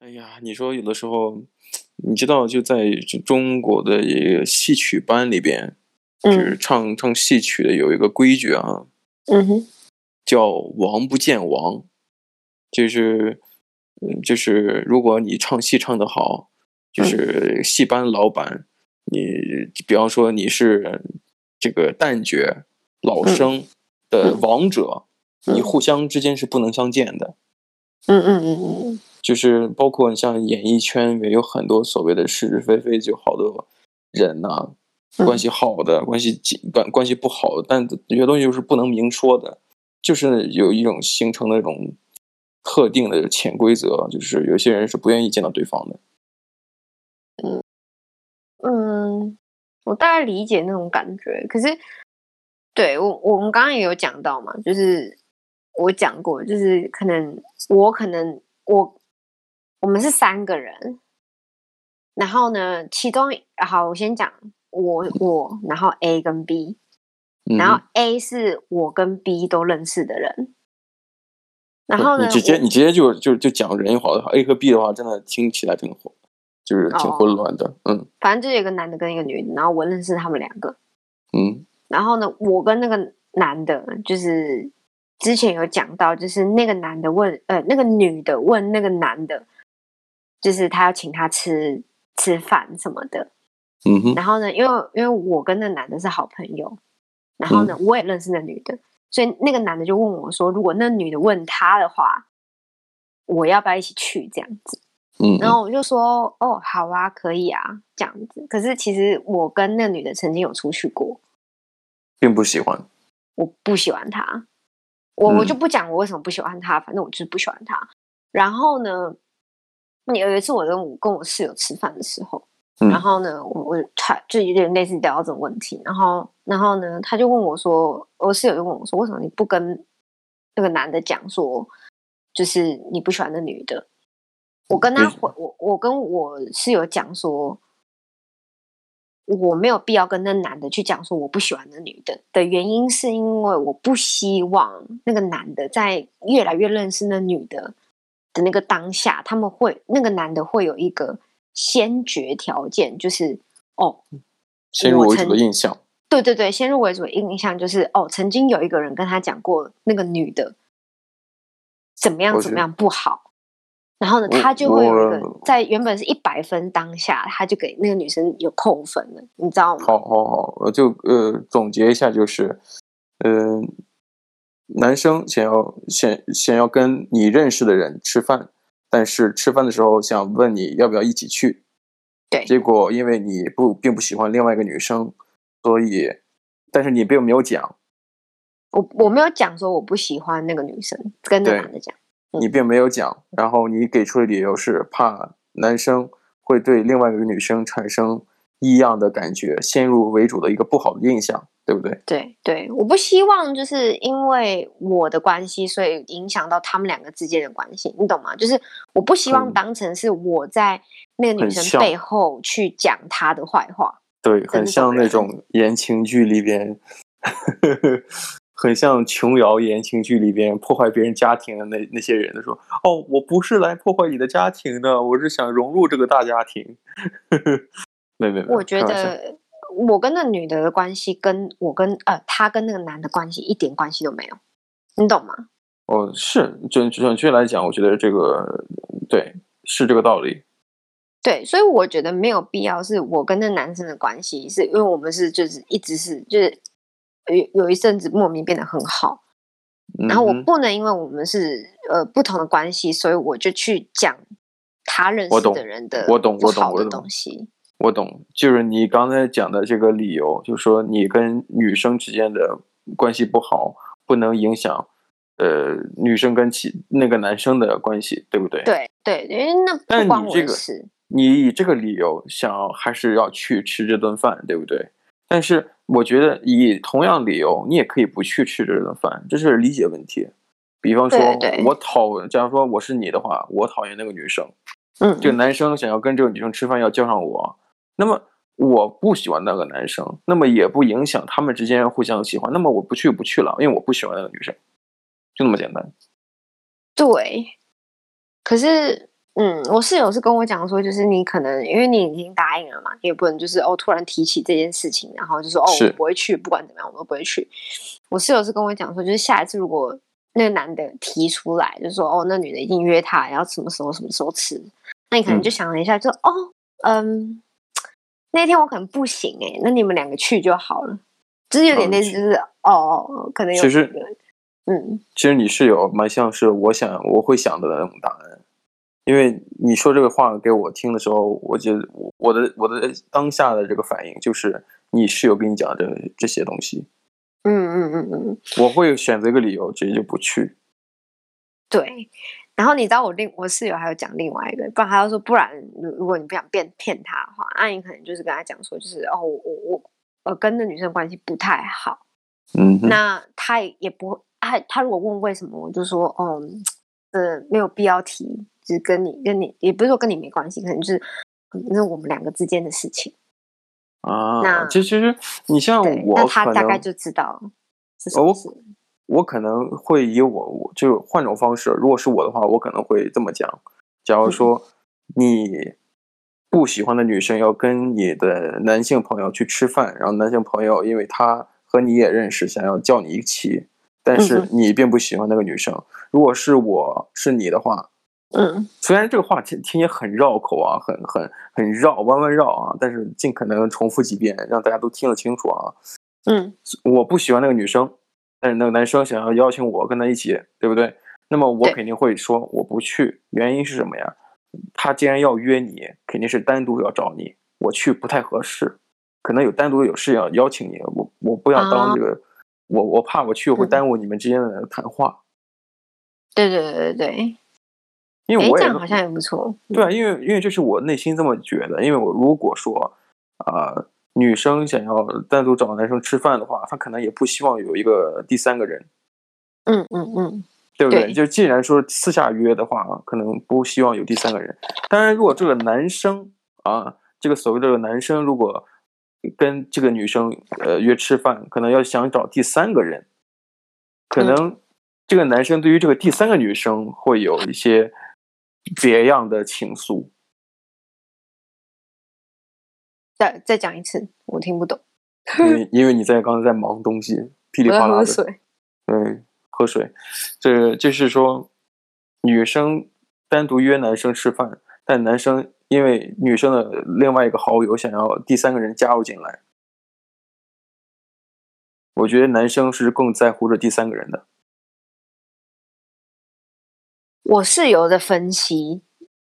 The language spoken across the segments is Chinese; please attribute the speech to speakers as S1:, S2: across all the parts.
S1: 哎呀，你说有的时候，你知道就在中国的一个戏曲班里边，就是
S2: 嗯
S1: 唱唱戏曲的有一个规矩啊，
S2: 嗯哼，
S1: 叫“王不见王”，就是，嗯就是如果你唱戏唱得好，
S2: 嗯
S1: 就是戏班老板，你比方说你是这个旦角、老
S2: 嗯
S1: 生的王者，你
S2: 嗯
S1: 互相之间是不能相见的。
S2: 嗯嗯嗯嗯
S1: 就是包括你像演艺圈里面有很多所谓的是是非非，就好多人呐、
S2: 嗯
S1: 关系好的，关系紧关关系不好的，但有些东西就是不能明说的，就是有一种形成的一种特定的潜规则，就是有些人是不愿意见到对方的。
S2: 嗯，我大概理解那种感觉。可是，对我我们刚刚也有讲到嘛，就是我讲过，就是可能我可能我我们是三个人，然后呢，其中好，我先讲我我，然后 A 跟 B，
S1: 嗯
S2: 然后 A 是我跟 B 都认识的人，然后呢，
S1: 你直接
S2: 我
S1: 你直接就就就讲人也好的话，A 和 B 的话，真的听起来挺混，就是挺
S2: 哦
S1: 混乱的。嗯
S2: 反正就是有一个男的跟一个女的，然后我认识他们两个，
S1: 嗯
S2: 然后呢，我跟那个男的，就是之前有讲到，就是那个男的问，呃，那个女的问那个男的，就是他要请他吃吃饭什么的，
S1: 嗯哼
S2: 然后呢，因为因为我跟那男的是好朋友，然后呢，我也认识那女的，所以那个男的就问我说，如果那女的问他的话，我要不要一起去这样子？
S1: 嗯，
S2: 然后我就说，哦，好啊，可以啊，这样子。可是其实我跟那女的曾经有出去过，
S1: 并不喜欢。
S2: 我不喜欢他，我我就
S1: 嗯
S2: 不讲我为什么不喜欢他，反正我就是不喜欢他。然后呢，有一次我跟我跟我室友吃饭的时候，
S1: 嗯
S2: 然后呢，我我他就有点类似聊到这种问题，然后然后呢，他就问我说，我室友就问我说，为什么你不跟那个男的讲说，就是你不喜欢那女的？我跟他
S1: 为什
S2: 回我我跟我室友讲说，我没有必要跟那男的去讲说我不喜欢那女的的原因，是因为我不希望那个男的在越来越认识那女的的那个当下，他们会那个男的会有一个先决条件，就是哦，
S1: 先入
S2: 我
S1: 为主的
S2: 曾
S1: 印象。
S2: 对对对，先入为主的印象就是哦，曾经有一个人跟他讲过那个女的怎么样
S1: 我
S2: 怎
S1: 觉
S2: 么样不好，然后呢，
S1: 我
S2: 他就会有一个
S1: 我
S2: 在原本是一百分当下，他就给那个女生有扣分了，你知道吗？
S1: 好好好，我就呃总结一下，就是，呃，男生想要想想要跟你认识的人吃饭，但是吃饭的时候想问你要不要一起去，
S2: 对
S1: 结果因为你不并不喜欢另外一个女生，所以，但是你并没有讲，
S2: 我我没有讲说我不喜欢那个女生，跟那
S1: 对
S2: 男的讲，
S1: 你并没有讲，然后你给出的理由是怕男生会对另外一个女生产生异样的感觉，先入为主的一个不好的印象，对不对？
S2: 对对，我不希望就是因为我的关系，所以影响到他们两个之间的关系，你懂吗？就是我不希望
S1: 很
S2: 当成是我在那个女
S1: 嗯很
S2: 生
S1: 像
S2: 背后去讲她的坏话。
S1: 对，很
S2: 那种
S1: 像那
S2: 人
S1: 种言情剧里边， 很像琼瑶言情剧里边破坏别人家庭的那那些人，说：“哦，我不是来破坏你的家庭的，我是想融入这个大家庭。” 没没没，
S2: 我觉
S1: 啊开玩笑
S2: 得我跟那女的的关系，跟我跟呃她跟那个男的关系一点关系都没有，你懂吗？
S1: 哦，是准准确来讲，我觉得这个对是这个道理。
S2: 对，所以我觉得没有必要是我跟那男生的关系，是因为我们是就是一直是就是有有一阵子莫名变得很好，然后我
S1: 嗯哼
S2: 不能因为我们是呃不同的关系，所以我就去讲他认
S1: 我
S2: 识的
S1: 懂
S2: 人的
S1: 我懂
S2: 不
S1: 我懂
S2: 好
S1: 我
S2: 的
S1: 懂
S2: 东西。
S1: 我懂，就是你刚才讲的这个理由，就是说你跟女生之间的关系不好，不能影响，呃，女生跟其那个男生的关系，对不对？。
S2: 对对，因为那
S1: 但
S2: 不关
S1: 你
S2: 我
S1: 这
S2: 的
S1: 个
S2: 事。
S1: 你以这个理由想还是要去吃这顿饭，对不对？但是我觉得以同样理由，你也可以不去吃这顿饭，这是理解问题。比方说，
S2: 对对
S1: 我讨，假如说我是你的话，我讨厌那个女生，
S2: 嗯，
S1: 这个男生想要跟这个女生吃饭，要叫上我，那么我不喜欢那个男生，那么也不影响他们之间互相喜欢，那么我不去不去了，因为我不喜欢那个女生，就那么简单。
S2: 对。可是嗯，我室友是跟我讲说，就是你可能因为你已经答应了嘛，你也不能就是哦突然提起这件事情，然后就说哦
S1: 是
S2: 我不会去，不管怎么样我都不会去。我室友是跟我讲说，就是下一次如果那个男的提出来，就说哦那女的一定约他，然后什么时候什么时候吃，那你可能
S1: 嗯
S2: 就想了一下，就哦嗯，那天我可能不行哎、那你们两个去就好了，就是有点
S1: 嗯
S2: 类似就是哦可能有
S1: 其实
S2: 几个嗯
S1: 其实你室友蛮像是我想我会想的那种答案，因为你说这个话给我听的时候，我觉得我我的我的当下的这个反应就是你室友跟你讲的这些东西，
S2: 嗯嗯嗯嗯。
S1: 我会选择一个理由直接就不去。
S2: 对，然后你知道我另我室友还有讲另外一个，不然他就说，不然如如果你不想变骗他的话，那、你可能就是跟他讲说，就是哦，我我我呃跟那女生关系不太好，
S1: 嗯哼，
S2: 那他也也不会，他他如果问为什么，我就说，哦，呃，没有必要提，就是跟你跟你也不是说跟你没关系，可能就是嗯那是我们两个之间的事情。
S1: 啊，
S2: 那
S1: 这其实你像
S2: 对，那
S1: 我
S2: 他
S1: 可
S2: 大概
S1: 能
S2: 就知道是什
S1: 哦
S2: 么
S1: 我
S2: 事。
S1: 我可能会以我我就换种方式，如果是我的话，我可能会这么讲：，假
S2: 嗯
S1: 如说你不喜欢的女生要跟你的男性朋友去吃饭，然后男性朋友因为他和你也认识，想要叫你一起，但
S2: 嗯
S1: 是你并不喜欢那个女生。如果是我是你的话，
S2: 嗯，
S1: 虽然这个话听听也很绕口啊，很很很绕，弯弯绕啊，但是尽可能重复几遍，让大家都听得清楚啊。
S2: 嗯
S1: 我不喜欢那个女生，但是那个男生想要邀请我跟他一起，对不对？那么我
S2: 对
S1: 肯定会说我不去，原因是什么呀？他既然要约你，肯定是单独要找你，我去不太合适，可能有单独有事要邀请你，我我不想当这个，我我怕我去会
S2: 哦嗯
S1: 耽误你们之间的谈话，
S2: 对对对对对，
S1: 因为
S2: 哎，
S1: 我
S2: 这
S1: 也
S2: 样好像也不错。
S1: 对啊，因为因为这是我内心这么觉得，因为我如果说，呃，女生想要单独找男生吃饭的话，她可能也不希望有一个第三个人，
S2: 嗯嗯嗯，
S1: 对不对？
S2: 对
S1: 就既然说私下约的话，啊可能不希望有第三个人。当然，如果这个男生啊，这个所谓的这个男生，如果跟这个女生呃约吃饭，可能要想找第三个人，可
S2: 嗯
S1: 能这个男生对于这个第三个女生会有一些别样的情愫。
S2: 再再讲一次，我听不懂。
S1: 因为因为你在刚才在忙东西，噼里
S2: 我
S1: 啪
S2: 在
S1: 啦
S2: 喝
S1: 的，
S2: 水。
S1: 对，喝水，这就是说，女生单独约男生吃饭，但男生因为女生的另外一个好友想要第三个人加入进来，我觉得男生是更在乎这第三个人的。
S2: 我室友的分析，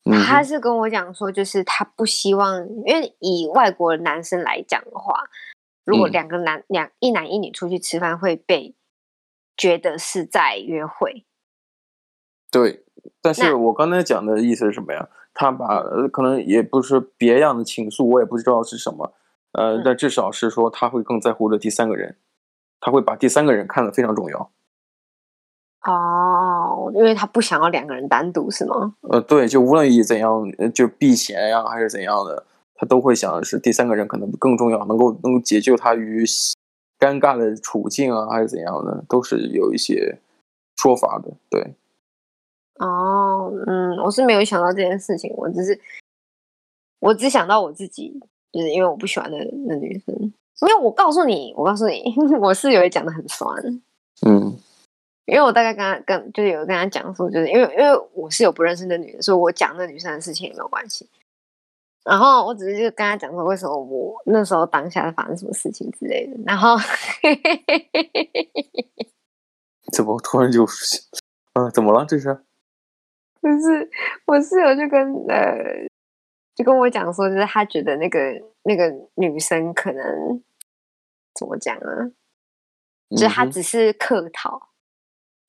S1: 嗯
S2: 他
S1: 哼，
S2: 是跟我讲说，就是他不希望，因为以外国男生来讲的话，如果
S1: 嗯
S2: 两个男、两一男一女出去吃饭，会被觉得是在约会。
S1: 对。但是
S2: 那
S1: 我刚才讲的意思是什么呀？他把呃可能也不是别样的情愫，我也不知道是什么，呃
S2: 嗯，
S1: 但至少是说他会更在乎这第三个人，他会把第三个人看得非常重要。
S2: 哦，因为他不想要两个人单独，是吗？
S1: 呃，对，就无论以怎样，呃就避嫌呀、还是怎样的，他都会想是第三个人可能更重要，能够能够解救他于尴尬的处境啊，还是怎样的，都是有一些说法的。对，
S2: 哦，嗯，我是没有想到这件事情，我只是我只想到我自己，就是因为我不喜欢那那女生。因为我告诉你，我告诉你， 我室友也讲的很酸。
S1: 嗯
S2: 因为我大概跟他跟就是有跟他讲说，就是因为因为我是有不认识的女的，所以我讲那女生的事情也没有关系。然后我只是就跟他讲说，为什么我那时候当下发生什么事情之类的。然后
S1: 怎么突然就，嗯、怎么了？这是？
S2: 就是我室友就跟呃，就跟我讲说，就是他觉得那个那个女生可能怎么讲啊，就是
S1: 嗯
S2: 他
S1: 哼
S2: 只是客套，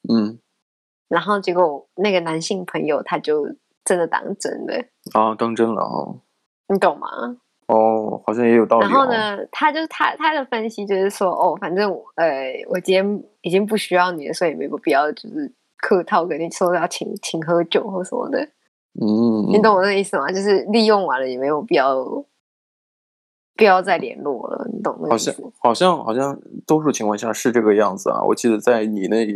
S1: 嗯
S2: 然后结果那个男性朋友他就真的当真的，
S1: 啊，当真了啊、
S2: 你懂吗？
S1: 哦，哦，好像也有道理、哦。
S2: 然后？呢，他就是他他的分析就是说，哦，反正我呃，我今天已经不需要你了，所以没有必要就是客套跟你说要请请喝酒或什么的，
S1: 嗯，
S2: 你懂我的意思吗？就是利用完了也没有必要不要再联络了，你懂那个
S1: 好
S2: 意
S1: 像
S2: 思？
S1: 好像好像多数情况下是这个样子啊。我记得在你那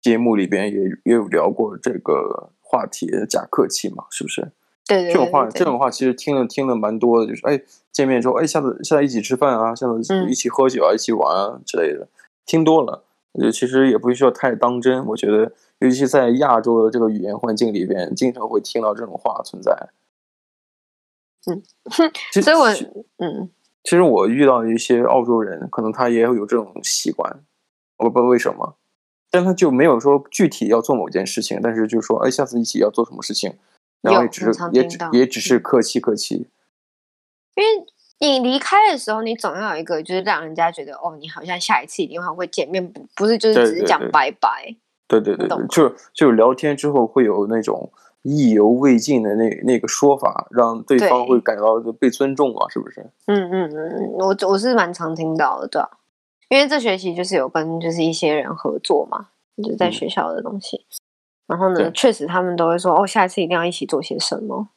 S1: 节目里边也也有聊过这个话题的假客气嘛，是不是？
S2: 对对对
S1: 这种话，
S2: 对对
S1: 这种话其实听了听了蛮多的，就是哎，见面之后，哎，下次下次一起吃饭啊，下次
S2: 嗯
S1: 一起喝酒啊，一起玩啊之类的，听多了，呃，其实也不需要太当真。我觉得，尤其在亚洲的这个语言环境里边，经常会听到这种话存在。
S2: 嗯
S1: 其实，
S2: 所以我
S1: 其
S2: 嗯
S1: 其实我遇到一些澳洲人，可能他也有这种习惯，我不知道为什么，但他就没有说具体要做某件事情，但是就说哎，下次一起要做什么事情，然后
S2: 有
S1: 也只
S2: 我
S1: 是
S2: 常
S1: 也
S2: 听
S1: 只
S2: 到嗯
S1: 也只是客气客气，
S2: 你离开的时候，你总要有一个就是让人家觉得哦，你好像下一次一定还会见面，不不是就是
S1: 对
S2: 只是
S1: 对
S2: 讲
S1: 对
S2: 拜拜。
S1: 对对对
S2: 懂
S1: 对，就是就是聊天之后会有那种意犹未尽的那那个说法，让对方
S2: 对
S1: 会感到被尊重啊，是不是？
S2: 嗯嗯嗯，嗯，我我是蛮常听到的，对啊，因为这学期就是有跟就是一些人合作嘛，就是在
S1: 嗯
S2: 学校的东西。然后呢
S1: 对，
S2: 确实他们都会说哦，下一次一定要一起做些什么。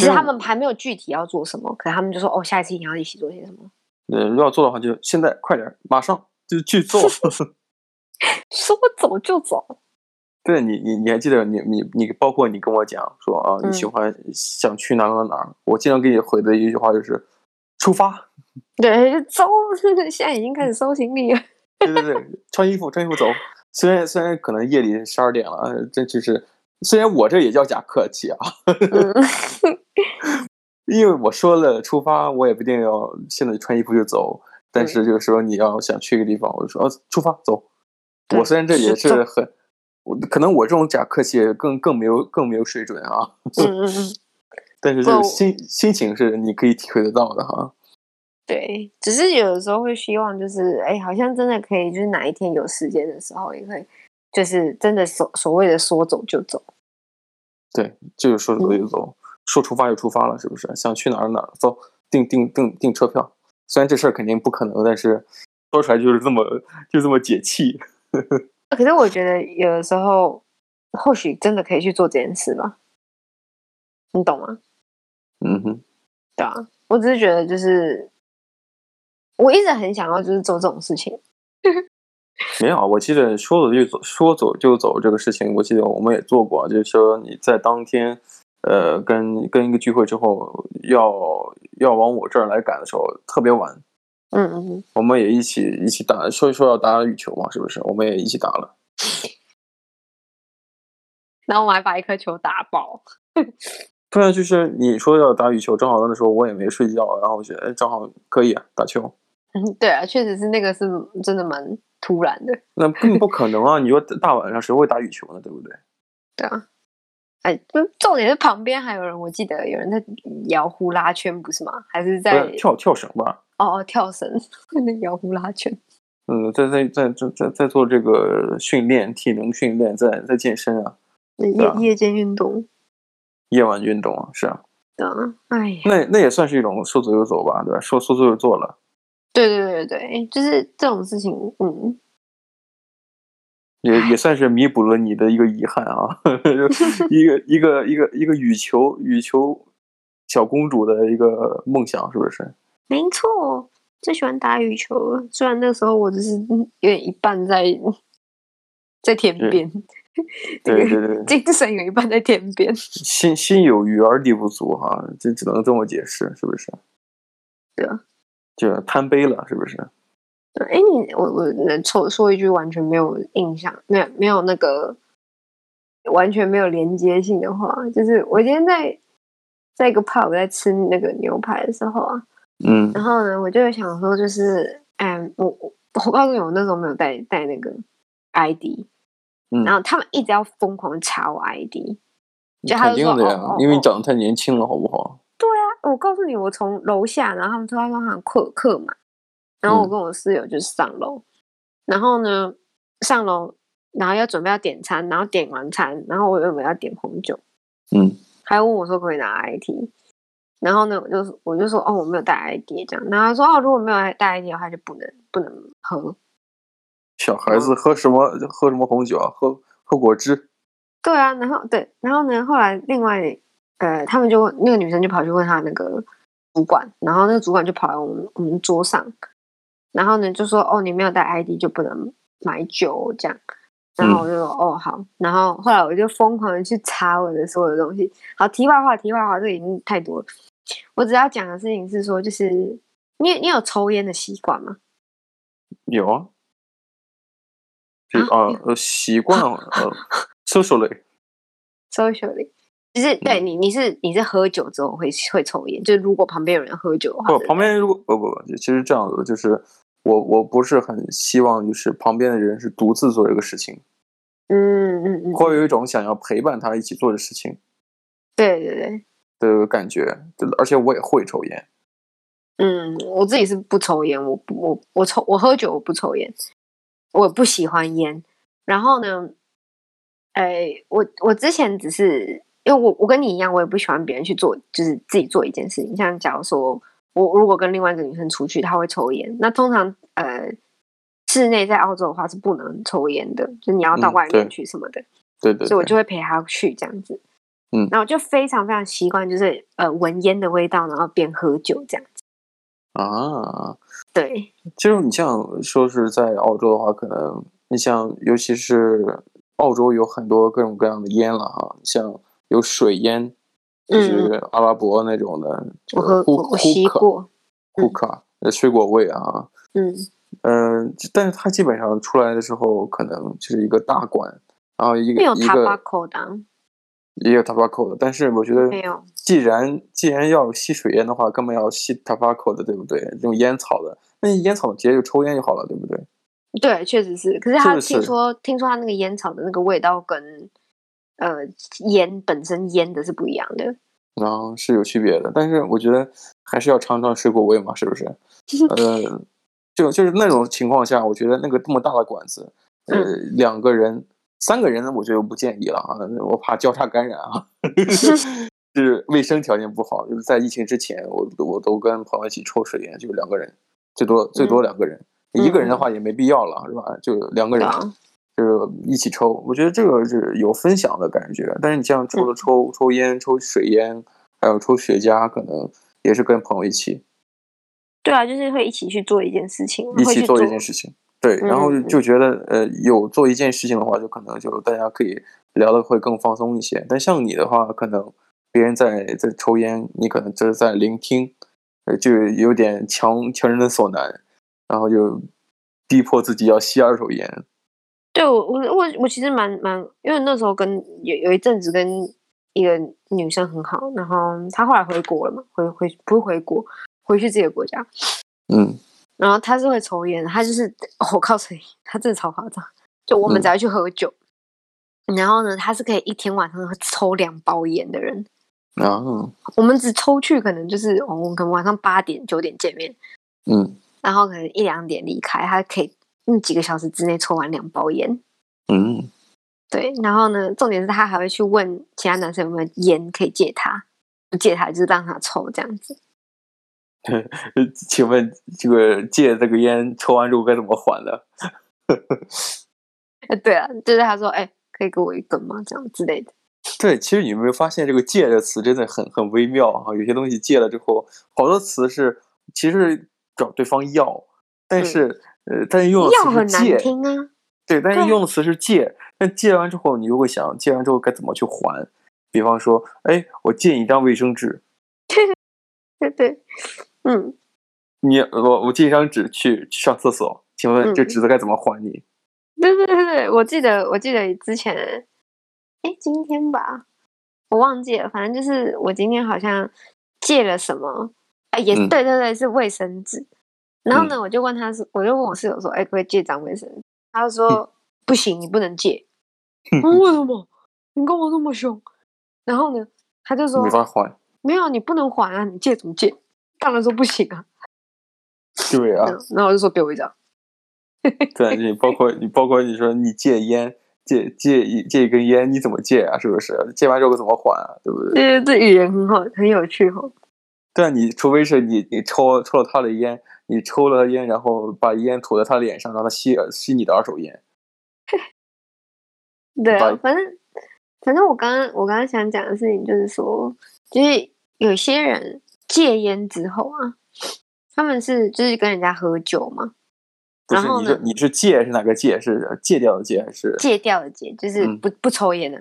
S1: 其
S2: 是
S1: 实
S2: 他们还没有具体要做什么，可他们就说哦，下一次一定要一起做些什么。
S1: 呃，要做的话就现在快点儿，马上就去做。
S2: 说走就走，
S1: 对你，你你还记得你你你，包括你跟我讲说啊，
S2: 嗯
S1: 你喜欢想去哪儿哪儿哪儿，我经常给你回的一句话就是出发，
S2: 对，就走。 现在已经开始收行 李了。
S1: 对对对，穿衣服穿衣服走。虽然虽然可能夜里十二点了，呃这就是虽然我这也叫假客气啊，
S2: 嗯，
S1: 因为我说了出发，我也不一定要现在穿衣服就走，但是这个时候你要想去一个地方，我就说啊，出发走。
S2: 对
S1: 我虽然这也
S2: 是这
S1: 是很，我可能我这种假客气更更没有更没有水准啊，
S2: 嗯嗯嗯，
S1: 但是这个
S2: 不
S1: 心心情是你可以体会得到的哈。
S2: 对。只是有的时候会希望，就是哎，好像真的可以，就是哪一天有时间的时候，也可以，就是真的所所谓的说走就走。
S1: 对，就是说走就走，说出发就出发了，是不是？想去哪儿哪儿，走，订订订订车票。虽然这事儿肯定不可能，但是说出来就是这么就这么解气。
S2: 可是我觉得有的时候，或许真的可以去做这件事吧，你懂吗？
S1: 嗯哼，
S2: 对啊，我只是觉得就是，我一直很想要就是做这种事情。
S1: 没有啊，我记得说走就走，说走就走这个事情，我记得我们也做过，就是说你在当天，呃，跟跟一个聚会之后，要要往我这儿来赶的时候，特别晚，
S2: 嗯嗯嗯，
S1: 我们也一起一起打，说说要打羽球嘛，是不是？我们也一起打了。
S2: 然后我还把一颗球打爆。
S1: 突然啊就是你说要打羽球，正好那时候我也没睡觉，然后我觉得哎，正好可以啊，打球。
S2: 嗯， 对啊，确实是那个是真的蛮突然的。
S1: 那根本不可能啊！你说大晚上谁会打羽球呢？对不对？
S2: 对啊，哎，嗯重点是旁边还有人，我记得有人在摇呼啦圈，不是吗？还是在
S1: 不是跳跳绳吧？
S2: 哦哦跳绳， 那摇呼啦圈。
S1: 嗯，在在在在在在做这个训练，体能训练，在在健身啊，
S2: 夜、
S1: 对啊
S2: 夜间运动，
S1: 夜晚运动啊，是啊，
S2: 对啊，哎呀，
S1: 那那也算是一种说走就走吧，对吧？说说做就做了，
S2: 对对对对，就是这种事情，嗯，
S1: 也也算是弥补了你的一个遗憾啊， 一个一个一个一个羽球羽球小公主的一个梦想，是不是？
S2: 没错，最喜欢打羽球了。虽然那时候我只是嗯有点一半在 在田
S1: 对
S2: 边，这
S1: 对
S2: 个
S1: 对对，
S2: 精神有一半在田边。
S1: 心心有余而力不足哈、这只能这么解释，是不是？
S2: 对啊，
S1: 就贪杯了，是不是？
S2: 哎，你我我能说说一句完全没有印象，没有没有那个完全没有连接性的话，就是我今天在在一个 pub 在吃那个牛排的时候啊，
S1: 嗯
S2: 然后呢，我就想说，就是，嗯，我我我告诉你，我那时候没有带带那个 ID，
S1: 嗯，
S2: 然后他们一直要疯狂查我 ID，就他
S1: 肯
S2: 就
S1: 定
S2: 说
S1: 的呀，
S2: 哦哦
S1: 因为你
S2: 哦
S1: 长得太年轻了，好不好？
S2: 啊我告诉你，我从楼下，然后他们说他说好像课课嘛，然后我
S1: 嗯
S2: 跟我室友就上楼，然后呢上楼，然后要准备要点餐，然后点完餐，然后我原本要点红酒，
S1: 嗯，
S2: 还问我说可不可以拿 ID，然后呢我就我就说哦我没有带 ID 这样，然后他说哦如果没有带 ID 的话就不能不能喝，
S1: 小孩
S2: 嗯
S1: 子喝什么喝什么红酒啊？喝喝果汁。
S2: 对啊，然后对，然后呢，后来另外呃，他们就问那个女生就跑去问她那个主管，然后那个主管就跑来我们我们桌上，然后呢就说哦，你没有带 ID 就不能买酒这样，然后我就说、哦好，然后后来我就疯狂的去查我的所有东西。好，题外话，题外话，这个已经太多了。我只要讲的事情是说，就是你你有抽烟的习惯吗？
S1: 有啊，就啊呃习惯 呃 socially
S2: socially，就是
S1: 嗯
S2: 对你，你是你是喝酒之后会会抽烟，就是如果旁边有人喝酒的话，
S1: 不
S2: 对
S1: 旁边如果不不不，其实这样子就是我我不是很希望就是旁边的人是独自做这个事情，
S2: 嗯嗯嗯，
S1: 会有一种想要陪伴他一起做的事情
S2: 对对对，
S1: 的感觉，对而且我也会抽烟，
S2: 嗯，我自己是不抽烟，我不我我抽我喝酒我不抽烟，我不喜欢烟。然后呢，哎，我我之前只是因为我我跟你一样，我也不喜欢别人去做，就是自己做一件事情。像假如说我如果跟另外一个女生出去，她会抽烟，那通常呃室内在澳洲的话是不能抽烟的，就你要到
S1: 嗯
S2: 外
S1: 对
S2: 面去什么的。
S1: 对对
S2: 所以我
S1: 对，
S2: 就会陪他去这样子。
S1: 嗯
S2: 然后我就非常非常习惯，就是呃闻烟的味道，然后边喝酒这样子。
S1: 啊，
S2: 对，
S1: 就是你像说是在澳洲的话，可能你像尤其是澳洲有很多各种各样的烟了哈，像有水烟，就是阿拉伯那种的，呃
S2: 嗯我喝
S1: 呼
S2: 我我吸过，
S1: 库卡呃水果味啊，
S2: 嗯，
S1: 嗯、但是它基本上出来的时候可能就是一个大管，然后一个
S2: 没有
S1: 一个
S2: tobacco 的啊，
S1: 也有 tobacco 的，但是我觉得
S2: 没有，
S1: 既然既然要吸水烟的话，根本要吸 tobacco 的，对不对？这种烟草的，那烟草的直接就抽烟就好了，对不对？
S2: 对，确实是。可是
S1: 是
S2: 他
S1: 不是
S2: 听说听说他那个烟草的那个味道跟呃烟本身烟的是不一样
S1: 呃
S2: 的，
S1: 然后是有区别的，但是我觉得还是要尝尝水果味嘛，是不是？呃，就就是那种情况下，我觉得那个这么大的管子，呃，
S2: 嗯
S1: 两个人、三个人呢，我就不建议了啊，我怕交叉感染啊，是卫生条件不好。就是在疫情之前，我我都跟朋友一起抽水烟，就两个人，最多最多两个人，
S2: 嗯
S1: 一个人的话也没必要了，是吧？就两个
S2: 对
S1: 人，
S2: 啊，
S1: 就是一起抽，我觉得这个是有分享的感觉。但是你像除
S2: 嗯
S1: 了抽、抽烟、抽水烟，还有抽雪茄，可能也是跟朋友一起
S2: 对啊，就是会一起去做一件事情，
S1: 一
S2: 会
S1: 起
S2: 去
S1: 做一件事情。对，
S2: 嗯
S1: 然后就就觉得呃，有做一件事情的话，就可能就大家可以聊的会更放松一些。但像你的话，可能别人在在抽烟，你可能就是在聆听，呃，就有点强强人所难，然后就逼迫自己要吸二手烟。
S2: 对我我我我其实蛮蛮，因为那时候跟有有一阵子跟一个女生很好，然后她后来回国了嘛，回回不是回国，回去自己的国家，
S1: 嗯，
S2: 然后她是会抽烟的，她就是、 哦我告诉你，她真的超夸张，就我们
S1: 嗯
S2: 只要去喝酒，然后呢，她是可以一天晚上抽两包烟的人，
S1: 然后
S2: 我们只抽去可能就是哦，我们可能晚上八点九点见面，
S1: 嗯
S2: 然后可能一两点离开，她可以那几个小时之内抽完两包烟。
S1: 嗯，
S2: 对，然后呢，重点是他还会去问其他男生有没有烟可以借他，不借他就是让他抽这样子。
S1: 呃请问这个借这个烟抽完之后该怎么还的？
S2: 呃，对啊，就是他说，哎、可以给我一根吗？这样之类的。
S1: 对，其实你有没有发现这个“借”这个词真的很很微妙啊？有些东西借了之后，好多词是其实找对方要，但是、呃，但是用的
S2: 嗯要
S1: 词是
S2: 很
S1: 借，
S2: 难听啊，
S1: 对，但
S2: 对
S1: 是
S2: 啊
S1: 用的词是借，但借完之后，你就会想，借完之后该怎么去还？比方说，哎，我借你一张卫生纸，
S2: 对对，嗯，
S1: 你我我借一张纸去去上厕所，请问这
S2: 嗯
S1: 纸子该怎么还你？
S2: 对对对对，我记得我记得之前，哎、今天吧，我忘记了，反正就是我今天好像借了什么，哎、也
S1: 嗯
S2: 对对对，是卫生纸。然后呢，我就问他是，我就问我室友说，哎、可不可以借张卫生纸？他就说、
S1: 嗯
S2: 不行，你不 能借。嗯，为什么？你跟我那么凶？然后呢，他就说
S1: 没法还，
S2: 没有，你不能还啊，你借怎么借？当然说不行啊。
S1: 对啊
S2: 然，后然后我就说给我一张，
S1: 对你包括你包括你说你戒烟，戒戒一戒一根烟，你怎么戒啊？是不是？戒完之后怎么还啊？对不对？
S2: 这这语言很好，很有趣哈、哦。
S1: 对啊，你除非是你你抽抽了他的烟，你抽了他烟，然后把烟吐在他脸上，让他吸吸你的二手烟。
S2: 对啊
S1: 白，
S2: 反正反正我刚刚我刚刚想讲的事情就是说，就是有些人戒烟之后啊，他们是就是跟人家喝酒嘛，
S1: 不是
S2: 然后
S1: 你
S2: 呢
S1: 说你是戒是哪个戒？是戒掉的戒还是？
S2: 戒掉的戒，就是
S1: 嗯
S2: 不、不抽烟的，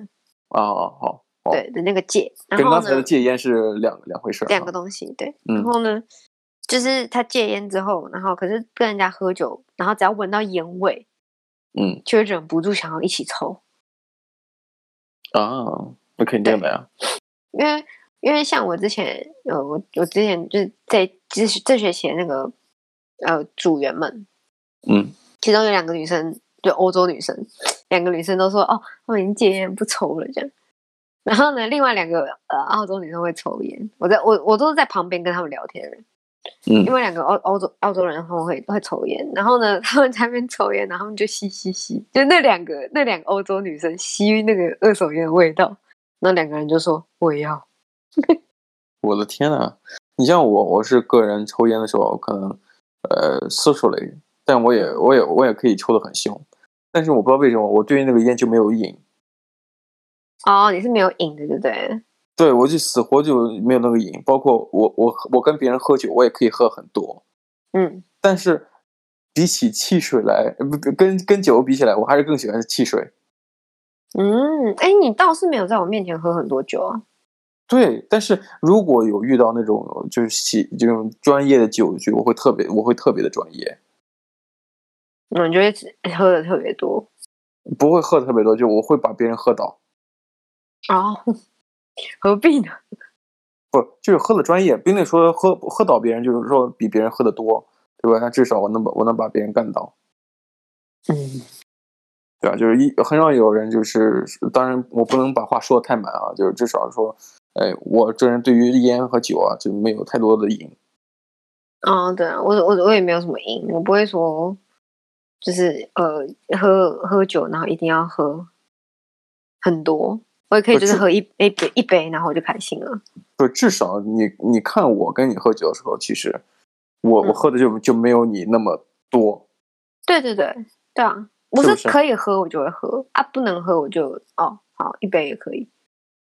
S1: 啊，好，哦
S2: 对的那个戒。然
S1: 跟
S2: 后
S1: 刚才的
S2: 呢，
S1: 戒烟是两两回事儿啊。
S2: 两个东西对。
S1: 嗯
S2: 然后呢，就是他戒烟之后，然后可是跟人家喝酒，然后只要闻到烟味，
S1: 嗯
S2: 就会忍不住想要一起抽，
S1: 啊，那肯定的呀。
S2: 因为因为像我之前，呃，我我之前就是在这这学期的那个呃组员们，
S1: 嗯，
S2: 其中有两个女生，就欧洲女生，两个女生都说哦，他们已经戒烟不抽了这样。然后呢，另外两个呃澳洲女生会抽烟，我在我我都是在旁边跟他们聊天的，
S1: 嗯
S2: 因为两个澳澳洲澳洲人他们会会抽烟，然后呢他们在那边抽烟，然后他们就吸吸吸，就那两个那两个欧洲女生吸那个二手烟的味道，那两个人就说我也要，
S1: 我的天呐，你像我，我是个人抽烟的时候，可能呃私处类，但我也我也我也可以抽的很凶，但是我不知道为什么我对那个烟就没有瘾，
S2: 哦，你是没有瘾的，对不对？
S1: 对我就死活就没有那个瘾。包括我我我跟别人喝酒，我也可以喝很多，
S2: 嗯，
S1: 但是比起汽水来，呃不跟跟酒比起来，我还是更喜欢汽水。
S2: 嗯，哎，你倒是没有在我面前喝很多酒啊。
S1: 对，但是如果有遇到那种就是喜这种专业的酒局，我会特别我会特别的专业，
S2: 嗯，就会吃喝的特别多
S1: 不会喝得特别多，就我会把别人喝倒。
S2: 哦，何必呢？
S1: 不就是喝的专业，并且说喝喝倒别人，就是说比别人喝的多，对吧？那至少我能把我能把别人干倒，
S2: 嗯，
S1: 对吧？就是一很少有人就是，当然我不能把话说的太满啊，就是至少说，哎，我这人对于烟和酒啊，就没有太多的瘾。
S2: 哦，对啊，我我我也没有什么瘾，我不会说就是呃喝喝酒，然后一定要喝很多，我也可以
S1: 不
S2: 就是
S1: 是
S2: 喝一一杯一杯，然后我就开心了。
S1: 就至少你你看我跟你喝酒的时候，其实我我
S2: 嗯
S1: 喝的就就没有你那么多。
S2: 对对对对啊，我
S1: 是不
S2: 是
S1: 是
S2: 可以喝我就会喝啊，不能喝我就哦好一杯也可以。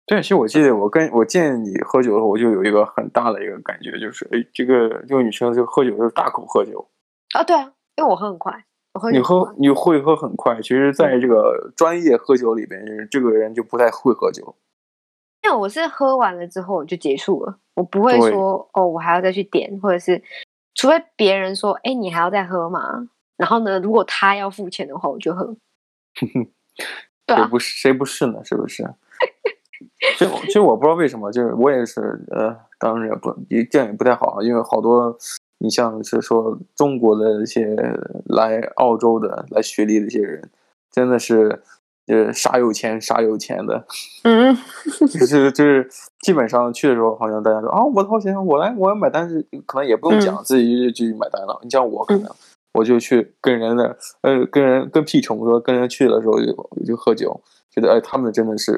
S1: 对，其实我记得我跟我见你喝酒的时候，我就有一个很大的一个感觉，就是哎，这个这个女生就喝酒就是大口喝酒。
S2: 哦，对啊，因为我喝很快，我喝
S1: 你
S2: 酒很嗯
S1: 喝
S2: 快
S1: 你会喝很快，其实在这个专业喝酒里边，就是这个人就不太会喝酒。
S2: 因为我是喝完了之后我就结束了，我不会
S1: 对
S2: 说哦，我还要再去点，或者是除非别人说，哎，你还要再喝吗？然后呢，如果他要付钱的话，我 就喝。对
S1: 谁
S2: 啊，
S1: 不是谁不是呢？是不是？其实我其实我不知道为什么，就是我也是呃，当然也不也这样也不太好，因为好多你像是说中国的一些来澳洲的来学历的一些人，真的是呃傻有钱傻有钱的，
S2: 嗯，
S1: 就是就是基本上去的时候，好像大家说啊，我掏钱，我来，我要买单，是可能也不用讲，自己就就去买单了。你像我可能。我就去跟人的，呃，跟人跟屁虫说，跟人去的时候就就喝酒，觉得哎，他们真的是，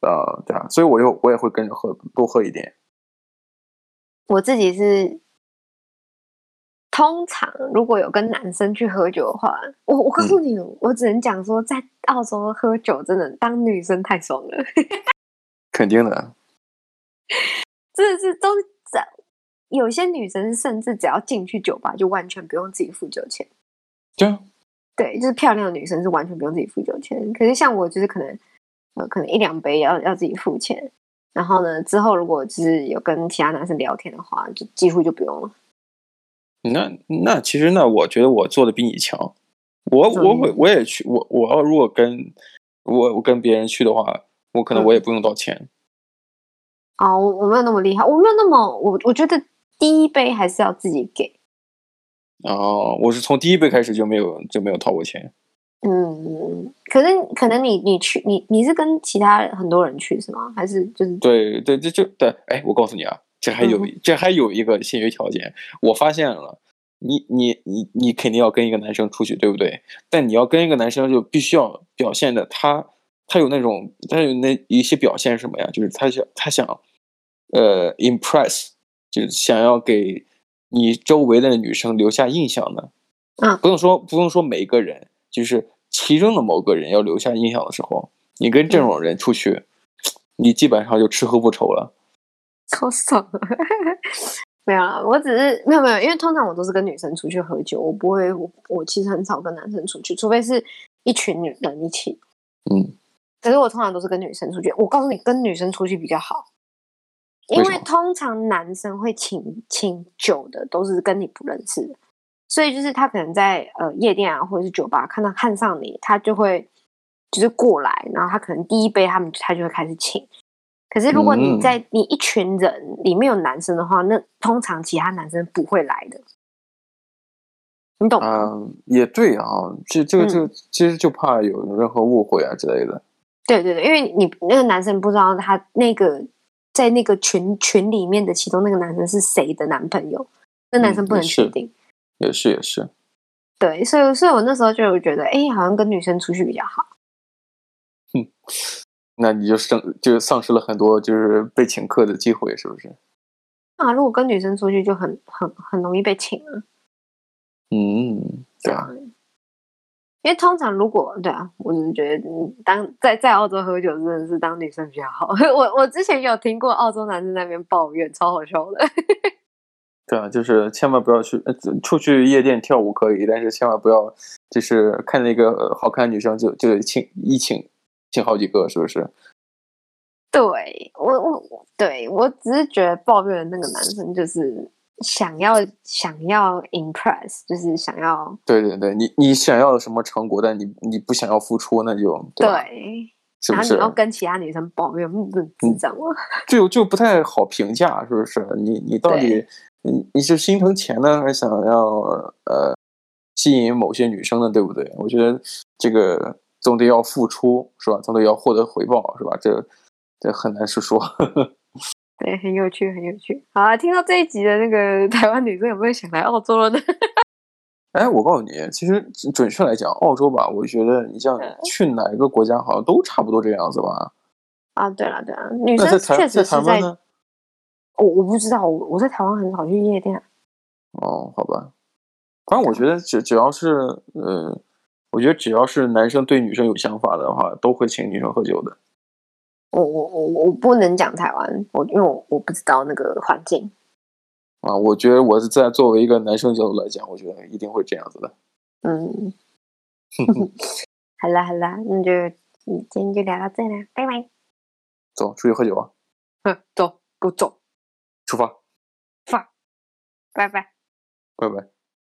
S1: 呃，对啊，所以我就我也会跟着喝，多喝一点。
S2: 我自己是通常如果有跟男生去喝酒的话，我我
S1: 嗯
S2: 告诉你，我只能讲说，在澳洲喝酒真的当女生太爽了，
S1: 肯定的，
S2: 真的是都是这有些女生甚至只要进去酒吧就完全不用自己付酒钱。
S1: 对啊，
S2: 对，就是漂亮的女生是完全不用自己付酒钱。可是像我，就是可能呃，可能一两杯要要自己付钱。然后呢，之后如果就是有跟其他男生聊天的话，就几乎就不用了。
S1: 那那其实那我觉得我做的比你强，我
S2: 怎么
S1: 我会
S2: 意思
S1: 我也去，我我要如果跟我我跟别人去的话，我可能我也不用道歉。
S2: 哦，我我没有那么厉害，我没有那么我我觉得第一杯还是要自己给。
S1: 哦，我是从第一杯开始就没有就没有掏过钱。
S2: 嗯，可是可能你你去你你是跟其他很多人去是吗？还是就是
S1: 对对，这就对。哎，我告诉你啊，这还有、这还有一个限约条件，我发现了，你你你你肯定要跟一个男生出去，对不对？但你要跟一个男生，就必须要表现的他他有那种他有那一些表现是什么呀？就是他想他想呃 impress，就是想要给你周围的女生留下印象的。
S2: 嗯
S1: 不用说不用说每一个人，就是其中的某个人要留下印象的时候，你跟这种人出去，你基本上就吃喝不愁了。
S2: 好爽啊！ 没有啦，我只是没有没有，因为通常我都是跟女生出去喝酒，我不会，我我其实很少跟男生出去，除非是一群女人一起。
S1: 嗯，
S2: 可是我通常都是跟女生出去。我告诉你，跟女生出去比较好，因
S1: 为什
S2: 为
S1: 么
S2: 通常男生会请请酒的都是跟你不认识的，所以就是他可能在呃夜店啊或者是酒吧看到看上你，他就会就是过来，然后他可能第一杯他们他就会开始请。可是如果你
S1: 嗯
S2: 在你一群人里面有男生的话，那通常其他男生不会来的，你懂吗？
S1: 啊，也对啊，这这个这
S2: 嗯
S1: 个其实就怕有任何误会啊之类的。
S2: 对对对，因为你那个男生不知道他那个在那个群群里面的其中那个男生是谁的男朋友，那男生不
S1: 嗯
S2: 能
S1: 是
S2: 确定。
S1: 也是也是，
S2: 对，所以所以我那时候就有觉得，哎，好像跟女生出去比较好。
S1: 那你就丧就丧失了很多就是被请客的机会，是不是？
S2: 啊，如果跟女生出去就很很很容易被请啊，
S1: 嗯，对啊，
S2: 因为通常如果对啊，我只是觉得嗯当在在澳洲喝酒真的是当女生比较好。 我我之前有听过澳洲男生在那边抱怨，超好笑的。
S1: 对啊，就是千万不要去、呃、出去夜店跳舞可以，但是千万不要就是看那个呃好看的女生就就请一请请好几个，是不是？
S2: 对我我我对我只是觉得抱怨的那个男生就是想要想要 impress，就是想要
S1: 对对对，你你想要什么成果，但你你不想要付出，那就
S2: 对啊
S1: 对吧是不
S2: 然后你
S1: 是？
S2: 要跟其他女生抱怨，嗯，智障吗？
S1: 就就不太好评价，是不是？你你到底你你是心疼钱呢，还是想要呃吸引某些女生呢？对不对？我觉得这个总得要付出，是吧？总得要获得回报，是吧？这这很难是说。
S2: 对，很有趣，很有趣。好啊，听到这一集的那个 台湾女生有没有想来澳洲了呢？
S1: 哎，我告诉你，其实准确来讲，澳洲吧，我觉得你像
S2: 嗯
S1: 去哪一个国家，好像都差不多这样子吧。
S2: 啊，对了对了，女
S1: 那
S2: 生
S1: 在台
S2: 确
S1: 在
S2: 实
S1: 台
S2: 是
S1: 湾
S2: 在，
S1: 呢？
S2: 我我不知道，我我在台湾很少去夜店。啊
S1: 哦，好吧，反正我觉得只只要是呃，我觉得只要是男生对女生有想法的话，都会请女生喝酒的。
S2: 我我我我不能讲台湾，我因为我我不知道那个环境。
S1: 啊，我觉得我是在作为一个男生角度来讲，我觉得一定会这样子的。
S2: 嗯，好啦好啦，那就嗯今天就聊到这啦，拜拜。
S1: 走，出去喝酒啊，
S2: 哼，走，给我走，
S1: 出发，
S2: 拜拜。
S1: 拜拜。